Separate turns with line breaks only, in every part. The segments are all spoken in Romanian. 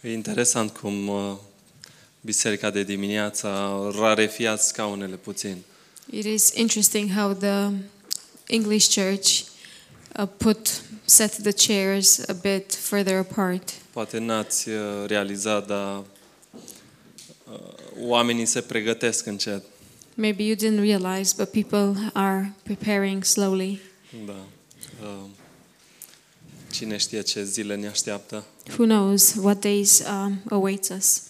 E interesant cum uh, biserica de dimineață a rarefiat scaunele puțin.
It is interesting how the English church uh, put set the chairs a bit further apart.
Poate n-ați uh, realizat, dar uh, oamenii se pregătesc încet.
Maybe you didn't realize, but people are preparing slowly.
Da. Uh, Cine știe ce zile ne așteaptă?
Who knows what days um, awaits us?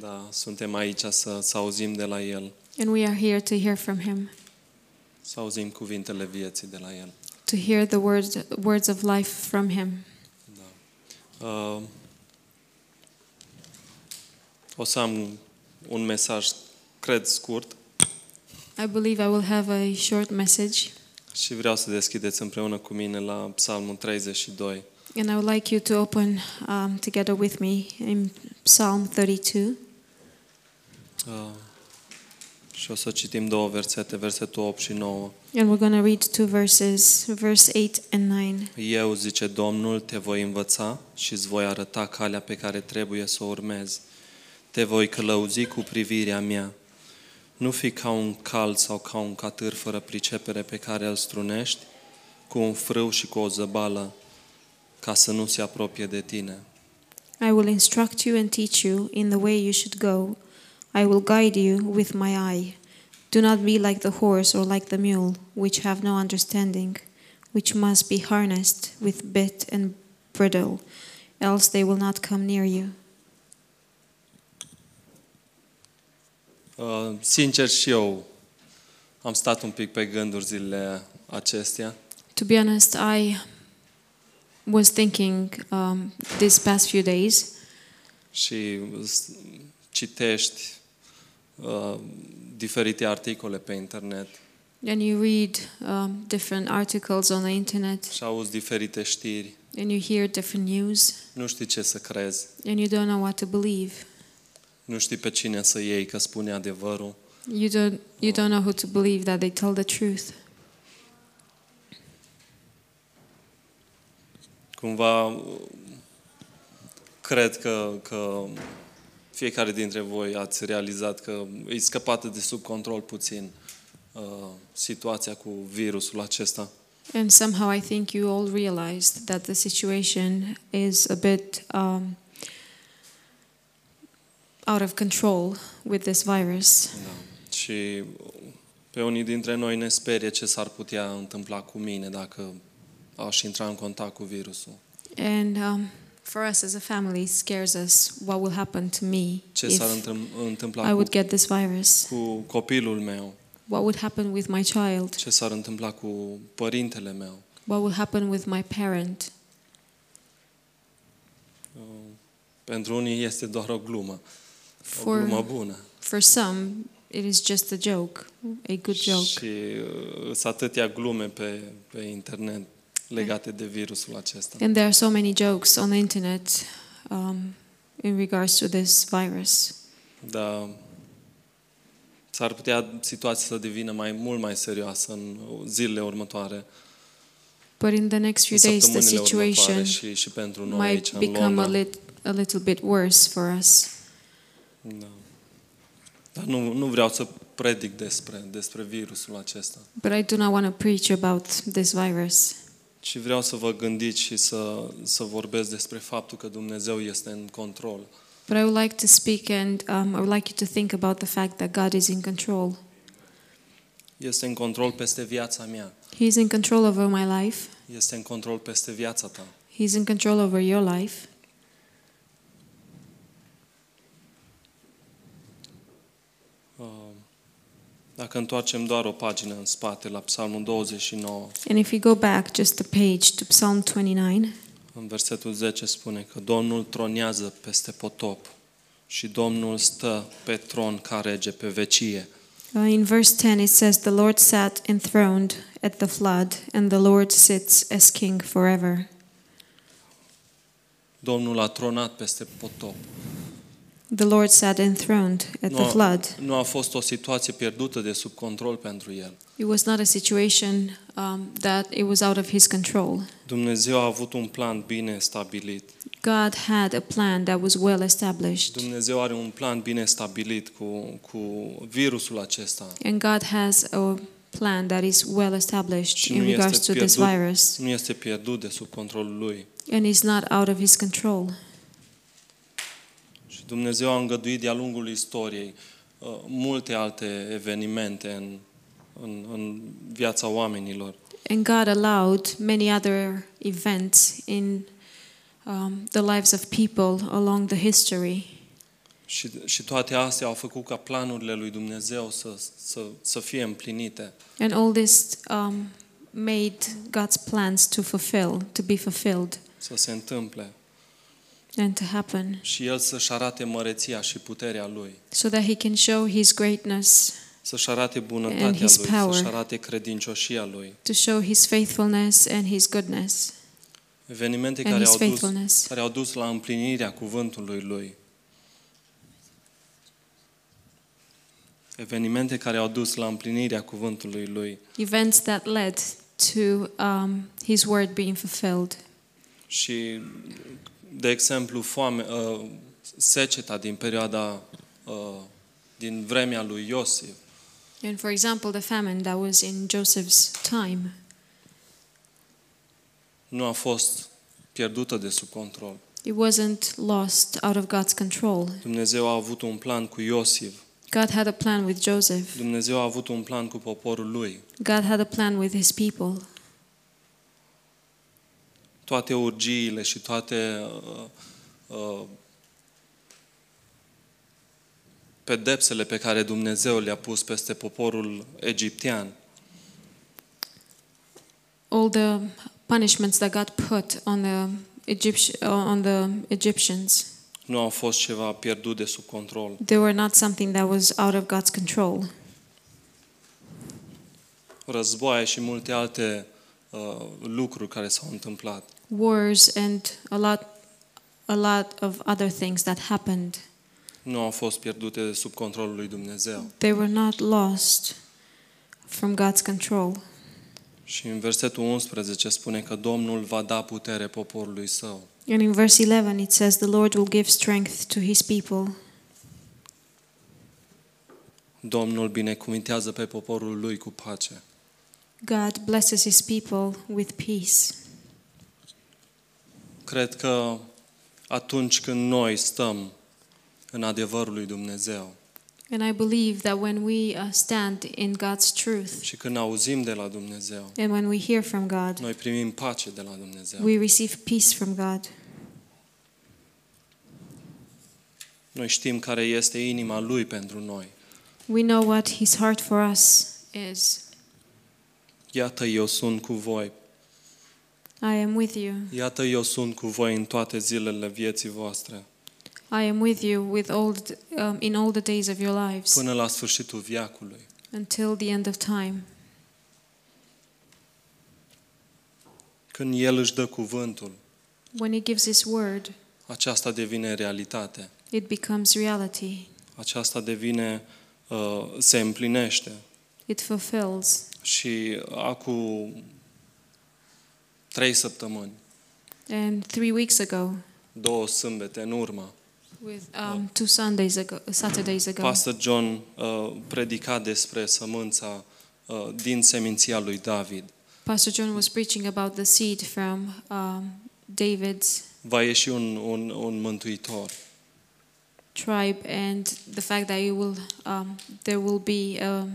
Da, suntem aici să, să auzim de la El,
And we are here to hear from Him,
să auzim cuvintele vieții de la El.
to hear the words words of life from Him.
Uh, o să am un mesaj, cred, scurt
I believe I will have a short message,
și vreau să deschideți împreună cu mine la Psalmul 32.
and I would like you to open um, together with me in Psalm 32.
Uh, și o să citim două versete, versetul 8 și 9.
And we're going to read two verses, verse 8 and 9.
Eu, zice Domnul, te voi învăța și îți voi arăta calea pe care trebuie să o urmezi. Te voi călăuzi cu privirea mea. Nu fi ca un cal sau ca un catâr fără pricepere pe care îl strunești, cu un frâu și cu o zăbală, ca să nu se apropie de tine.
I will instruct you and teach you in the way you should go. I will guide you with my eye. Do not be like the horse or like the mule, which have no understanding, which must be harnessed with bit and bridle, else they will not come near you.
Uh, sincer și eu am stat un pic pe gânduri zilele acestea
To be honest, I was thinking um, these past few days,
și s- citești uh, diferite articole pe internet
and you read um, different articles on the internet,
și auzi diferite știri,
and you hear different news.
nu știi ce să crezi,
and you don't know what to believe.
nu știi pe cine să iei că spune adevărul.
You don't you don't know who to believe that they tell the truth.
Cumva uh, cred că, că fiecare dintre voi ați realizat că e scăpată de sub control puțin uh, situația cu virusul acesta.
And somehow I think you all realized that the situation is a bit um, out of control with this virus.
Da. Și pe unii dintre noi ne sperie ce s-ar putea întâmpla cu mine dacă aș intra în contact cu virusul.
And um, for us as a family, it scares us what will happen to me
Ce s-ar
if
întâm-
I
întâmpla cu,
would get this virus.
cu copilul meu?
What would happen with my child?
Ce s-ar întâmpla cu părintele meu?
What will happen with my parent?
Pentru unii este doar o glumă, o
For
glumă bună.
For some, it is just a joke, a good joke.
Și uh, sunt atâtea glume pe, pe internet legate de virusul acesta.
And there are so many jokes on the internet um, in regards to this virus.
Dar s-ar putea situația să devină mai mult mai serioasă în zilele următoare.
But in the next few
în
days, the
săptămânile următoare
situation
și, și pentru noi aici
might
în
become a,
Londra.
lit, a little bit worse for us.
Da. Dar nu, nu vreau să predic despre, despre virusul acesta.
But I do not want to preach about this virus.
Și vreau să vă gândiți și să, să vorbesc despre faptul că Dumnezeu este în control.
But I would like to speak and um, I would like you to think about the fact that God is in control.
Este în control peste viața mea.
He's in control over my life,
Este în control peste viața ta.
He's in control over your life.
Uh, Dacă întoarcem doar o pagină în spate la Psalmul 29,
And if you go back just a page to Psalm 29,
în versetul 10 spune că Domnul tronează peste potop și Domnul stă pe tron ca rege pe vecie.
uh, in verse 10 it says, The Lord sat enthroned at the flood, and the Lord sits as king forever.
Domnul a tronat peste potop.
The Lord sat enthroned at the
Nu a,
flood.
nu a fost o situație pierdută de sub control pentru el.
It was not a situation um, that it was out of his control.
Dumnezeu a avut un plan bine stabilit
God had a plan that was well established.
Dumnezeu are un plan bine stabilit cu, cu virusul acesta.
And God has a plan that is well established
Și
in
nu este
regards to this
pierdut.
virus
Nu este pierdut de sub controlul lui.
and is not out of his control.
Și Dumnezeu a îngăduit de-a lungul istoriei uh, multe alte evenimente în, în, în viața oamenilor.
And God allowed many other events in um, the lives of people along the history.
Și, și toate astea au făcut ca planurile lui Dumnezeu să, să, să fie împlinite.
And all this um, made God's plans to fulfill, to be fulfilled,
să se întâmple
and to happen,
și El să-și arate măreția și puterea Lui,
so that He can show His greatness,
să-și arate
And
bunătatea Lui,
His power.
să-și arate credincioșia Lui.
to show His faithfulness and His goodness
Evenimente
and
care
His
au, dus,
faithfulness.
care au dus la împlinirea cuvântului Lui. Evenimente care au dus la împlinirea cuvântului Lui.
Events that led to um, His word being fulfilled.
Și, de exemplu, foame, uh, seceta din perioada, uh, din vremea lui Iosif,
And for example, the famine that was in Joseph's time
nu a fost pierdută de sub control.
It wasn't lost out of God's control.
Dumnezeu a avut un plan cu Iosif.
God had a plan with Joseph.
Dumnezeu a avut un plan cu poporul lui.
God had a plan with his people.
Toate urgiile și toate uh, uh, pedepsele pe care Dumnezeu le-a pus peste poporul egiptean
All the punishments that God put on the Egyptian, on the Egyptians,
nu au fost ceva pierdut de sub control.
they were not something that was out of God's control.
Războaie și multe alte uh, lucruri care s-au întâmplat.
Wars and a lot, a lot of other things that happened.
Nu au fost pierdute de sub controlul lui Dumnezeu.
They were not lost from God's control.
Și în versetul 11 spune că Domnul va da putere poporului său.
And in verse 11 it says, "The Lord will give strength to his people."
Domnul binecuvintează pe poporul lui cu pace.
God blesses his people with peace.
Cred că atunci când noi stăm în adevărul lui Dumnezeu
And I believe that when we uh, stand in God's truth
și când auzim de la Dumnezeu,
and when we hear from God,
noi primim pace de la Dumnezeu.
we receive peace from God.
Noi știm care este inima lui pentru noi.
We know what His heart for us is.
Iată, eu sunt cu voi.
I am with you.
Iată, eu sunt cu voi în toate zilele vieții voastre,
I am with you with all the, um, in all the days of your lives
până la sfârșitul viacului.
until the end of time.
Când El își dă cuvântul,
When He gives His word,
aceasta devine realitate.
it becomes reality.
Aceasta devine, uh, se împlinește.
It fulfills.
Și acum trei săptămâni,
And three weeks ago,
două sâmbete în urmă,
with um, two Sundays ago, Saturdays ago,
Pastor John uh, predica despre sămânța uh, din seminția lui David.
Pastor John was preaching about the seed from um, David's
Va ieși un, un, un mântuitor.
tribe and the fact that you will um, there will be a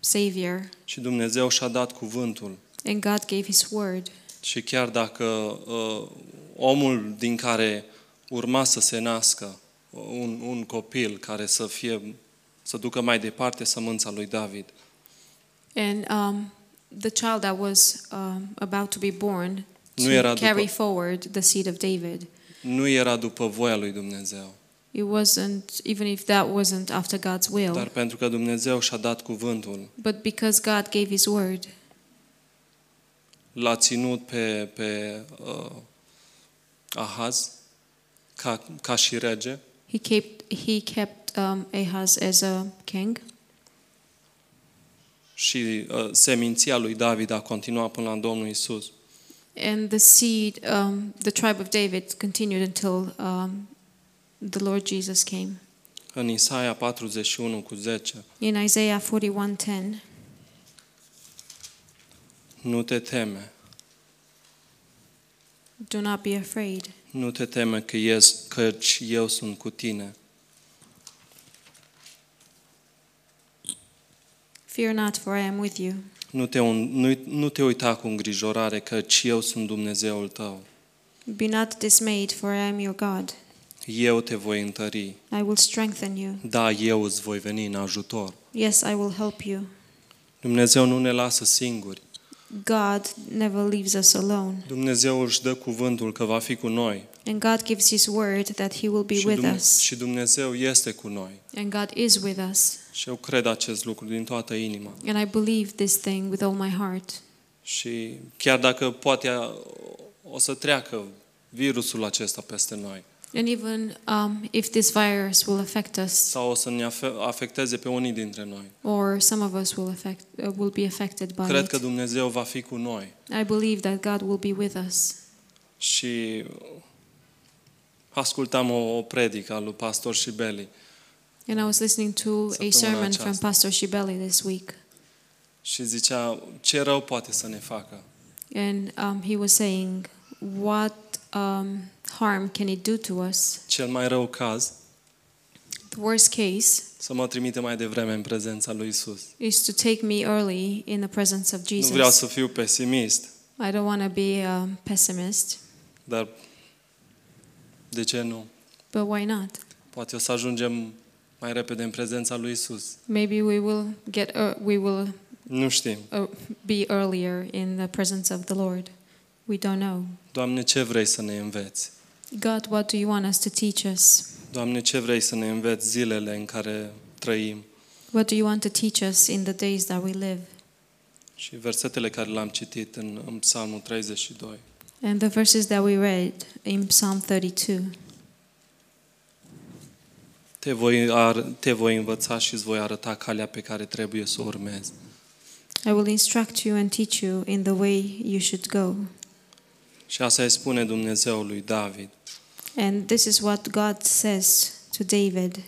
savior
Și Dumnezeu și-a dat cuvântul.
and god gave his word
Și chiar dacă uh, omul din care urma să se nască uh, un, un copil care să fie să ducă mai departe sămânța lui David,
and um, the child that was um, about to be born
Nu era
to carry
după-
forward the seed of david
nu era după voia lui Dumnezeu.
it wasn't even if that wasn't after god's will
Dar pentru că Dumnezeu și-a dat cuvântul,
but because god gave his word
l-a ținut pe, pe uh, Ahaz ca, ca și rege
he kept he kept um, ahaz as a king
și uh, seminția lui David a continuat până la Domnul Isus.
And the seed, um, the tribe of David, continued until um, the Lord Jesus came.
În Isaia 41 cu 10,
In Isaiah 41:10,
nu te teme,
do not be afraid.
nu te teme că ies, căci eu sunt cu tine.
Fear not, for I am with you.
Nu te, un- nu, nu te uita cu îngrijorare, căci eu sunt Dumnezeul tău.
Be not dismayed, for I am your God.
Eu te voi întări.
I will strengthen you.
Da, eu îți voi veni în ajutor.
Yes, I will help you.
Dumnezeu nu ne lasă singuri.
God never leaves us alone,
Dumnezeu își dă cuvântul că va fi cu noi.
and God gives His word that He will be
Și,
with
Dumne-
us,
și Dumnezeu este cu noi.
and God is with us.
Și eu cred acest lucru din toată inima.
And I believe this thing with all my heart.
Și chiar dacă poate a- o să treacă virusul acesta peste noi
And even um, if this virus will affect us,
sau o să ne afe- afecteze pe unii dintre noi,
or some of us will affect, uh, will be affected by
cred că
it,
Dumnezeu va fi cu noi.
I believe that God will be with us.
Și ascultam o, o predică a lui pastor Shibeli
And I was listening to a
Săptămâna
sermon from
aceasta.
Pastor Shibeli this week,
și zicea ce rău poate să ne facă.
and um, he was saying, "What um, harm can it do to us?
Cel mai rău caz
The worst case."
să mă trimite mai devreme în prezența lui Isus.
is to take me early in the presence of
Nu vreau
Jesus.
să fiu pesimist,
I don't want to be a pessimist,
dar de ce nu?
but why not?
Poate o să ajungem mai repede în prezența lui Isus.
Maybe we will get uh, we will
Nu știm.
uh, be earlier in the presence of the Lord. We don't know.
Doamne, ce vrei să ne înveți?
God, what do you want us to teach us?
Doamne, ce vrei să ne înveți zilele în care trăim?
What do you want to teach us in the days that we live?
Și versetele care le-am citit în, în Psalmul 32.
And the verses that we read in Psalm 32.
Te voi, ar, te voi învăța și îți voi arăta calea pe care trebuie să o urmezi.
I will instruct you and teach you in the way you should go.
Și asta îi spune Dumnezeu lui David.
And this is what God says to David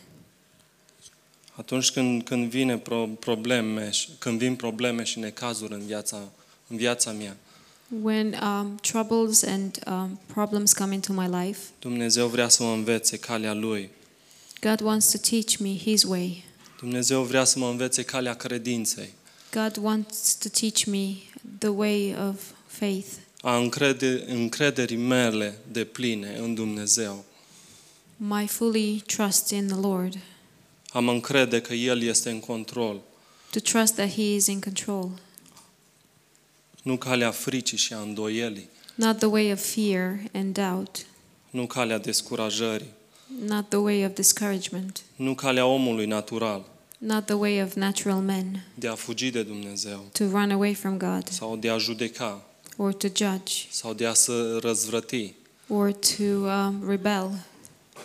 Atunci când, când, vine pro, probleme, și- când vin probleme și necazuri în viața, în viața mea,
When um, troubles and um, problems come into my life,
Dumnezeu vrea să mă învețe calea Lui.
God wants to teach me His way.
Dumnezeu vrea să mă învețe calea credinței,
God wants to teach me the way of faith,
a încrede, încrederii mele de pline în Dumnezeu.
my fully trust in the Lord,
A mă încrede că El este în control,
to trust that He is in control,
nu calea fricii și a îndoielii,
not the way of fear and doubt,
nu calea descurajării,
not the way of discouragement,
nu calea omului natural
not the way of natural men
de a fugi de Dumnezeu
to run away from God
sau de a judeca
or to judge
sau de a se răzvrăti
or to um, rebel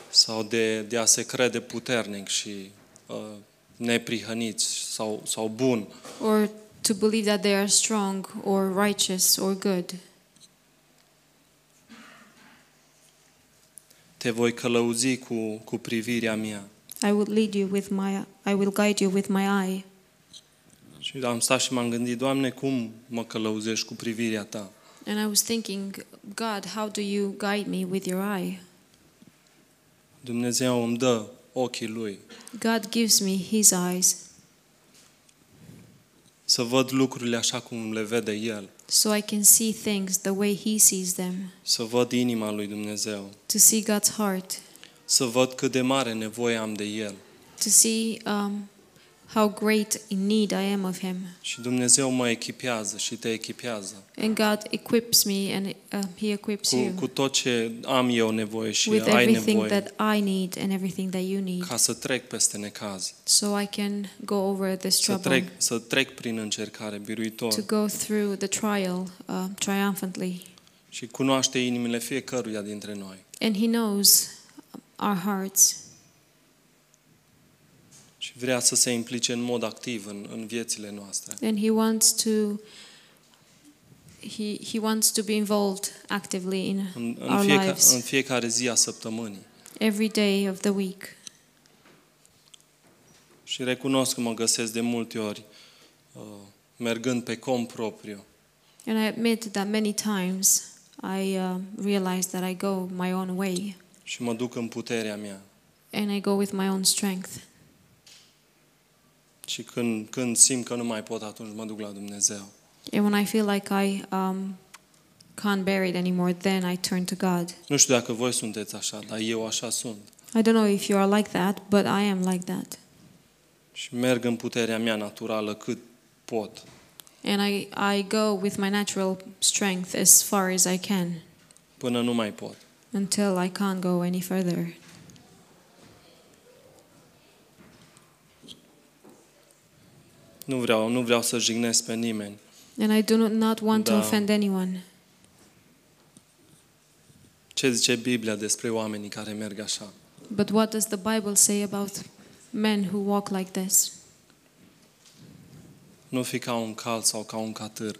sau de, de a se crede puternic și uh, neprihăniți sau, sau bun.
or to believe that they are strong or righteous or good.
Te voi călăuzi cu, cu privirea mea.
I will lead you with my I will guide you with my eye.
Și am stat și m-am gândit, Doamne, cum mă călăuzești cu privirea Ta?
And I was thinking, God, how do you guide me with your eye?
Dumnezeu îmi dă ochii Lui
God gives me his eyes
să văd lucrurile așa cum le vede El,
so I can see things the way he sees them,
să văd inima lui Dumnezeu,
to see God's heart,
să văd cât de mare nevoie am de El.
to see um, how great in need I am of him.
Și Dumnezeu mă echipează și te echipează
And God equips me and uh, he equips
cu, cu
you
tot ce am eu nevoie și
with
ai
everything
nevoie
that I need and everything that you need
ca să trec peste necaz.
so I can go over this
să
trouble,
trec, să trec prin încercare biruitor
to go through the trial uh, triumphantly.
și cunoaște inimile fiecăruia dintre noi.
And He knows our hearts.
Și vrea să se implice în mod activ în, în viețile noastre.
And He wants to, He, he wants to be involved actively in
în, în,
Our
fieca,
lives.
în fiecare zi a săptămânii.
every day of the week.
Și recunosc că mă găsesc de multe ori uh, mergând pe cont propriu,
And I admit that many times I uh, realize that I go my own way
și mă duc în puterea mea.
and I go with my own strength.
Și când, când simt că nu mai pot, atunci mă duc la Dumnezeu.
And when I feel like I um, can't bear it anymore, then I turn to God.
Nu știu dacă voi sunteți așa, dar eu așa sunt.
I don't know if you are like that, but I am like that.
Și merg în puterea mea naturală cât pot.
And I, I go with my natural strength as far as I can
Până nu mai pot.
until I can't go any further.
Nu vreau, nu vreau să jignesc pe nimeni.
And I do not want
Da.
to offend anyone.
Ce zice Biblia despre oamenii care merg așa?
But what does the Bible say about men who walk like this?
Nu fi ca un cal sau ca un catâr.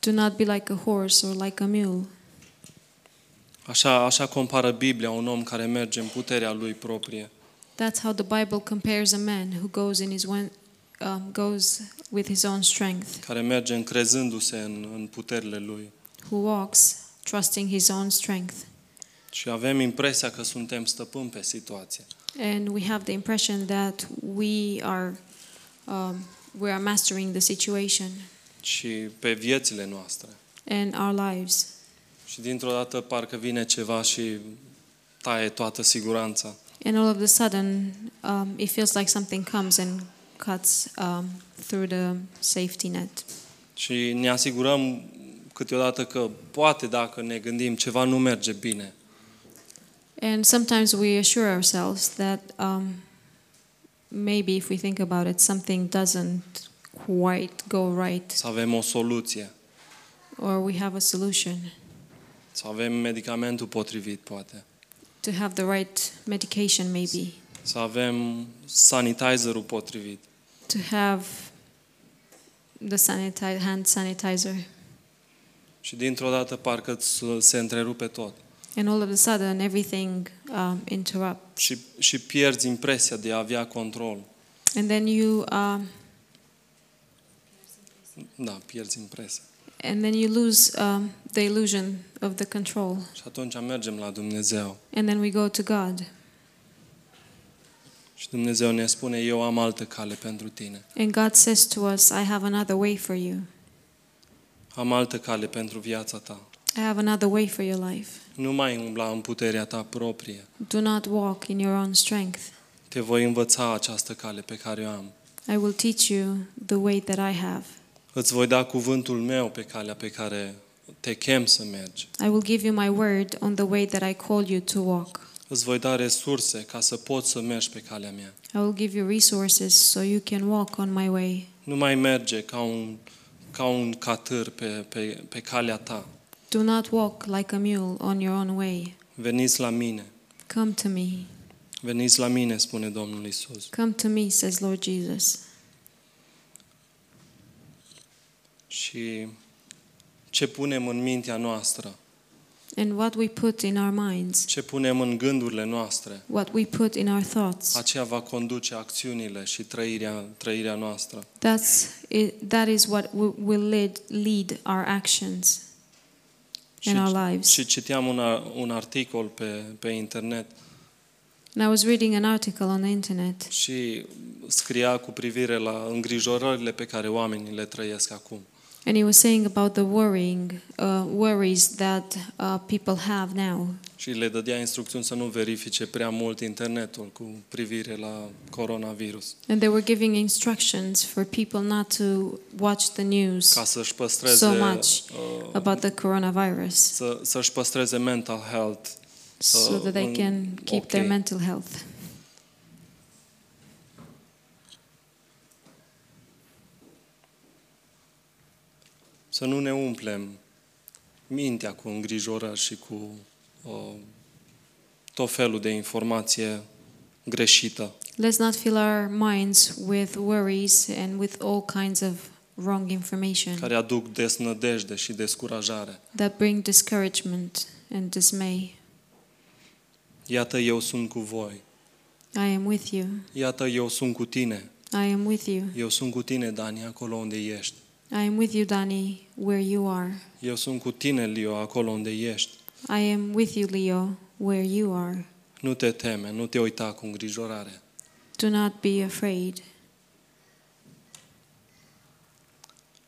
Do not be like a horse or like a mule.
Așa, așa compară Biblia un om care merge în puterea lui proprie.
That's how the Bible compares a man who goes in his one, um, goes with his own strength,
care merge încrezându-se în, în puterile lui.
who walks trusting his own strength.
Și avem impresia că suntem stăpâni pe situație.
And we have the impression that we are um, we are mastering the situation
și pe viețile noastre.
and our lives.
Și dintr-o dată parcă vine ceva și taie toată siguranța.
And all of a sudden, um, it feels like something comes and cuts um, through the safety net.
Și ne asigurăm câteodată că poate dacă ne gândim ceva nu merge bine,
And sometimes we assure ourselves that um, maybe if we think about it, something doesn't quite go right,
să avem o soluție,
or we have a solution
să avem medicamentul potrivit poate,
to have the right medication, maybe
să avem sanitizerul potrivit.
to have the sanitize, hand sanitizer.
Și dintr-o dată parcă s- se întrerupe tot.
And all of a sudden, everything um, interrupt,
Și, și pierzi impresia de a avea control.
and then you um,
Da, pierzi impresia.
and then you lose um, the illusion of the control,
Și atunci mergem la Dumnezeu.
and then we go to God,
Și Dumnezeu ne spune, eu am altă cale pentru tine.
and God says to us, "I have another way for you."
Am altă cale pentru viața ta.
I have another way for your life.
Nu mai umbla în puterea ta proprie.
Do not walk in your own strength.
Te voi învăța această cale pe care o am.
I will teach you the way that I have.
Îți voi da cuvântul meu pe calea pe care te chem să mergi.
I will give you my word on the way that I call you to walk.
Îți voi da resurse ca să poți să mergi pe calea mea.
I will give you resources so you can walk on my way.
Nu mai merge ca un, ca un catâr pe, pe, pe calea ta.
Do not walk like a mule on your own way.
Veniți la mine.
Come to me.
Veniți la mine, spune Domnul Isus.
Come to me, says Lord Jesus.
Și ce punem în mintea noastră,
And what we put in our minds,
ce punem în gândurile noastre,
what we put in our thoughts,
aceea va conduce acțiunile și trăirea, trăirea noastră.
that's it, that is what wi- will lead, lead our actions in
Și-
our lives.
Și citeam un, a- un articol pe, pe internet
And I was reading an article on the internet,
și scria cu privire la îngrijorările pe care oamenii le trăiesc acum.
and it was saying about the worrying uh, worries that uh, people have now.
Și le dădea instrucțiuni să nu verifice prea mult internetul cu privire la coronavirus,
And they were giving instructions for people not to watch the news
ca să-și păstreze,
So much
uh,
about the coronavirus
să, să-și păstreze mental health
so that they
um,
can keep their
okay.
mental health.
Să nu ne umplem mintea cu îngrijorări și cu uh, tot felul de informație greșită.
Let's not fill our minds with worries and with all kinds of wrong information
care aduc desnădejde și descurajare.
that bring discouragement and dismay.
Iată, eu sunt cu voi.
I am with you.
Iată, eu sunt cu tine.
I am with you.
Eu sunt cu tine, Dani, acolo unde ești.
I am with you, Danny, where you are.
Eu sunt cu tine, Leo, acolo unde ești.
I am with you, Leo, where you are.
Nu te teme, nu te uita cu îngrijorare.
Do not be afraid.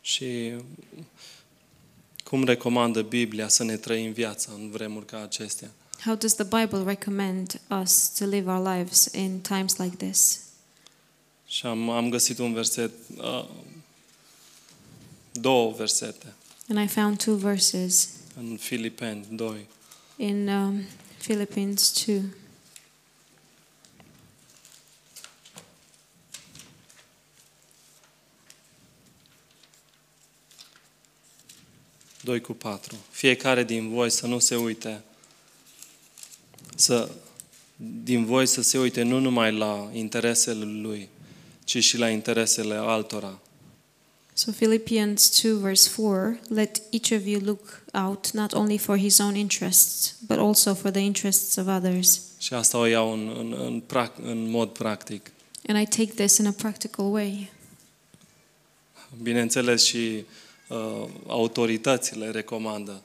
Și cum recomandă Biblia să ne trăim viața în vremuri ca acestea?
How does the Bible recommend us to live our lives in times like this?
Și am, am găsit un verset, uh, două versete,
And I found two verses
în Filipeni 2.
in um, Philippines 2.
Doi cu patru. Fiecare din voi să nu se uite, să, din voi să se uite nu numai la interesele lui, ci și la interesele altora.
So, Philippians 2, verse 4 Let each of you look out not only for his own interests, but also for the interests of others.
Și asta o iau în, în, în, prac, în mod practic.
And I take this in a practical way.
Bineînțeles și uh, autoritățile recomandă,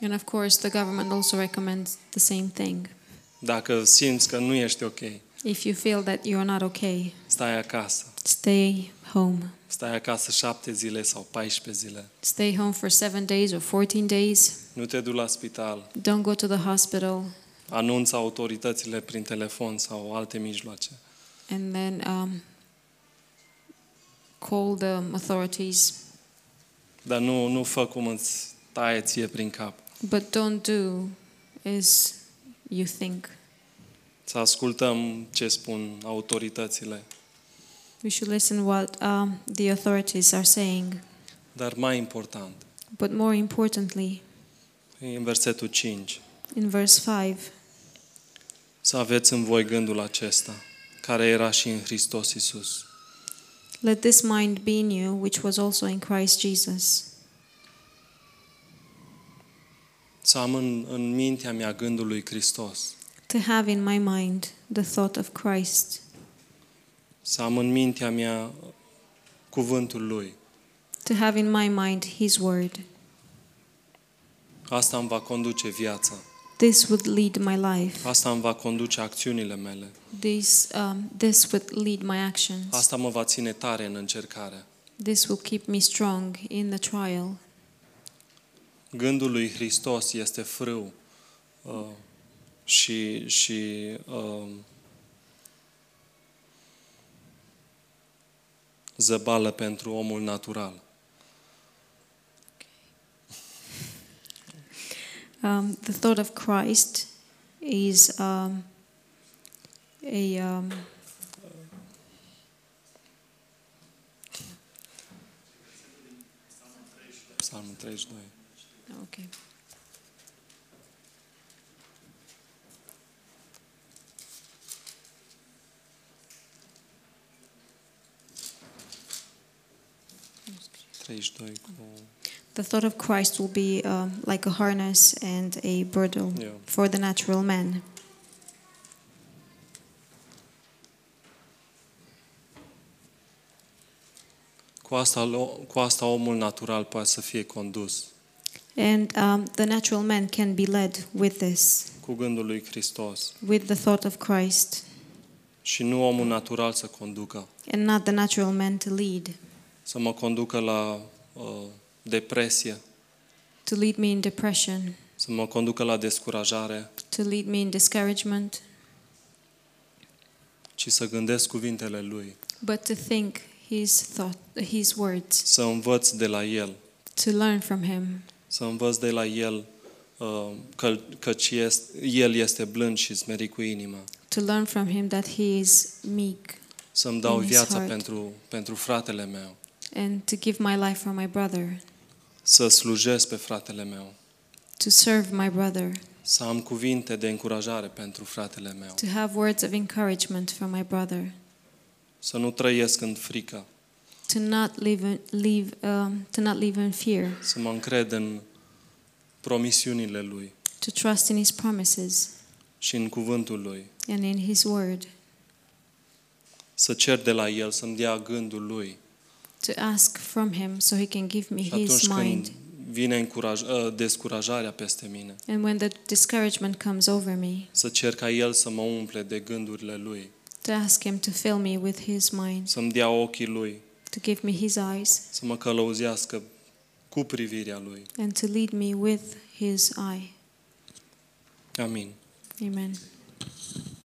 And of course, the government also recommends the same thing.
dacă simți că nu ești ok,
If you feel that you're not okay,
stai acasă.
stay home.
Stai acasă șapte zile sau 14 zile.
Stay home for seven days or 14 days.
Nu te du la spital.
Don't go to the hospital.
Anunță autoritățile prin telefon sau alte mijloace.
And then um, call the authorities.
Dar nu, nu fă cum îți taie ție prin cap.
But don't do as you think.
Să ascultăm ce spun autoritățile.
We should listen what um, the authorities are saying.
Dar mai important,
But more importantly,
e în versetul 5,
in verse 5,
să aveți în voi gândul acesta, care era și în Hristos Iisus.
let this mind be in you, which was also in Christ Jesus.
Să am în, în mintea mea gândul lui Hristos.
To have in my mind the thought of Christ,
Să am în mintea mea cuvântul lui.
to have in my mind his word.
Asta îmi va conduce viața.
This would lead my life.
Asta îmi va conduce acțiunile mele.
This, um, this would lead my actions.
Asta mă va ține tare în încercare.
This will keep me strong in the trial.
Gândul lui Hristos este frâu uh, și, și uh, zăbală pentru omul natural.
Um, the thought of Christ is um, a um,
Psalmul 32.
okay. Okay.
32 cu...
The thought of Christ will be um, like a harness and a bridle
Yeah.
for the natural man.
Cu asta, lo- cu asta omul natural poate să fie condus.
And um, the natural man can be led with this,
Cu gândul lui Hristos.
with the thought of Christ,
Și nu omul natural să conducă.
and not the natural man to lead,
să mă conducă la uh, depresie,
to lead me in depression,
să mă conducă la descurajare,
to lead me in discouragement,
ci să gândesc cuvintele Lui,
but to think his thought, his words,
să învăț de la El,
to learn from him,
să învăț de la El uh, că, căci este, El este blând și smerit cu inima,
to learn from him that he is meek,
să-mi dau
In his
viața
heart.
pentru, pentru fratele meu,
and to give my life for my brother,
să slujesc pe fratele meu,
to serve my brother,
să am cuvinte de încurajare pentru fratele meu,
to have words of encouragement for my brother.
să nu trăiesc în frică,
to not live in, live um, to not live in fear,
să mă încred în promisiunile Lui
to trust in His promises
și în cuvântul Lui,
and in His word,
să cer de la El să-mi dea gândul Lui.
to ask from Him so He can give me
Și
His
atunci când
mind.
vine încuraj, ă, descurajarea peste mine,
And when the discouragement comes over me,
să cer ca El să mă umple de gândurile Lui,
to ask Him to fill me with His mind,
să-mi dea ochii Lui,
to give me His eyes,
să mă călăuzească cu privirea Lui.
and to lead me with His eye.
Amin.
Amen.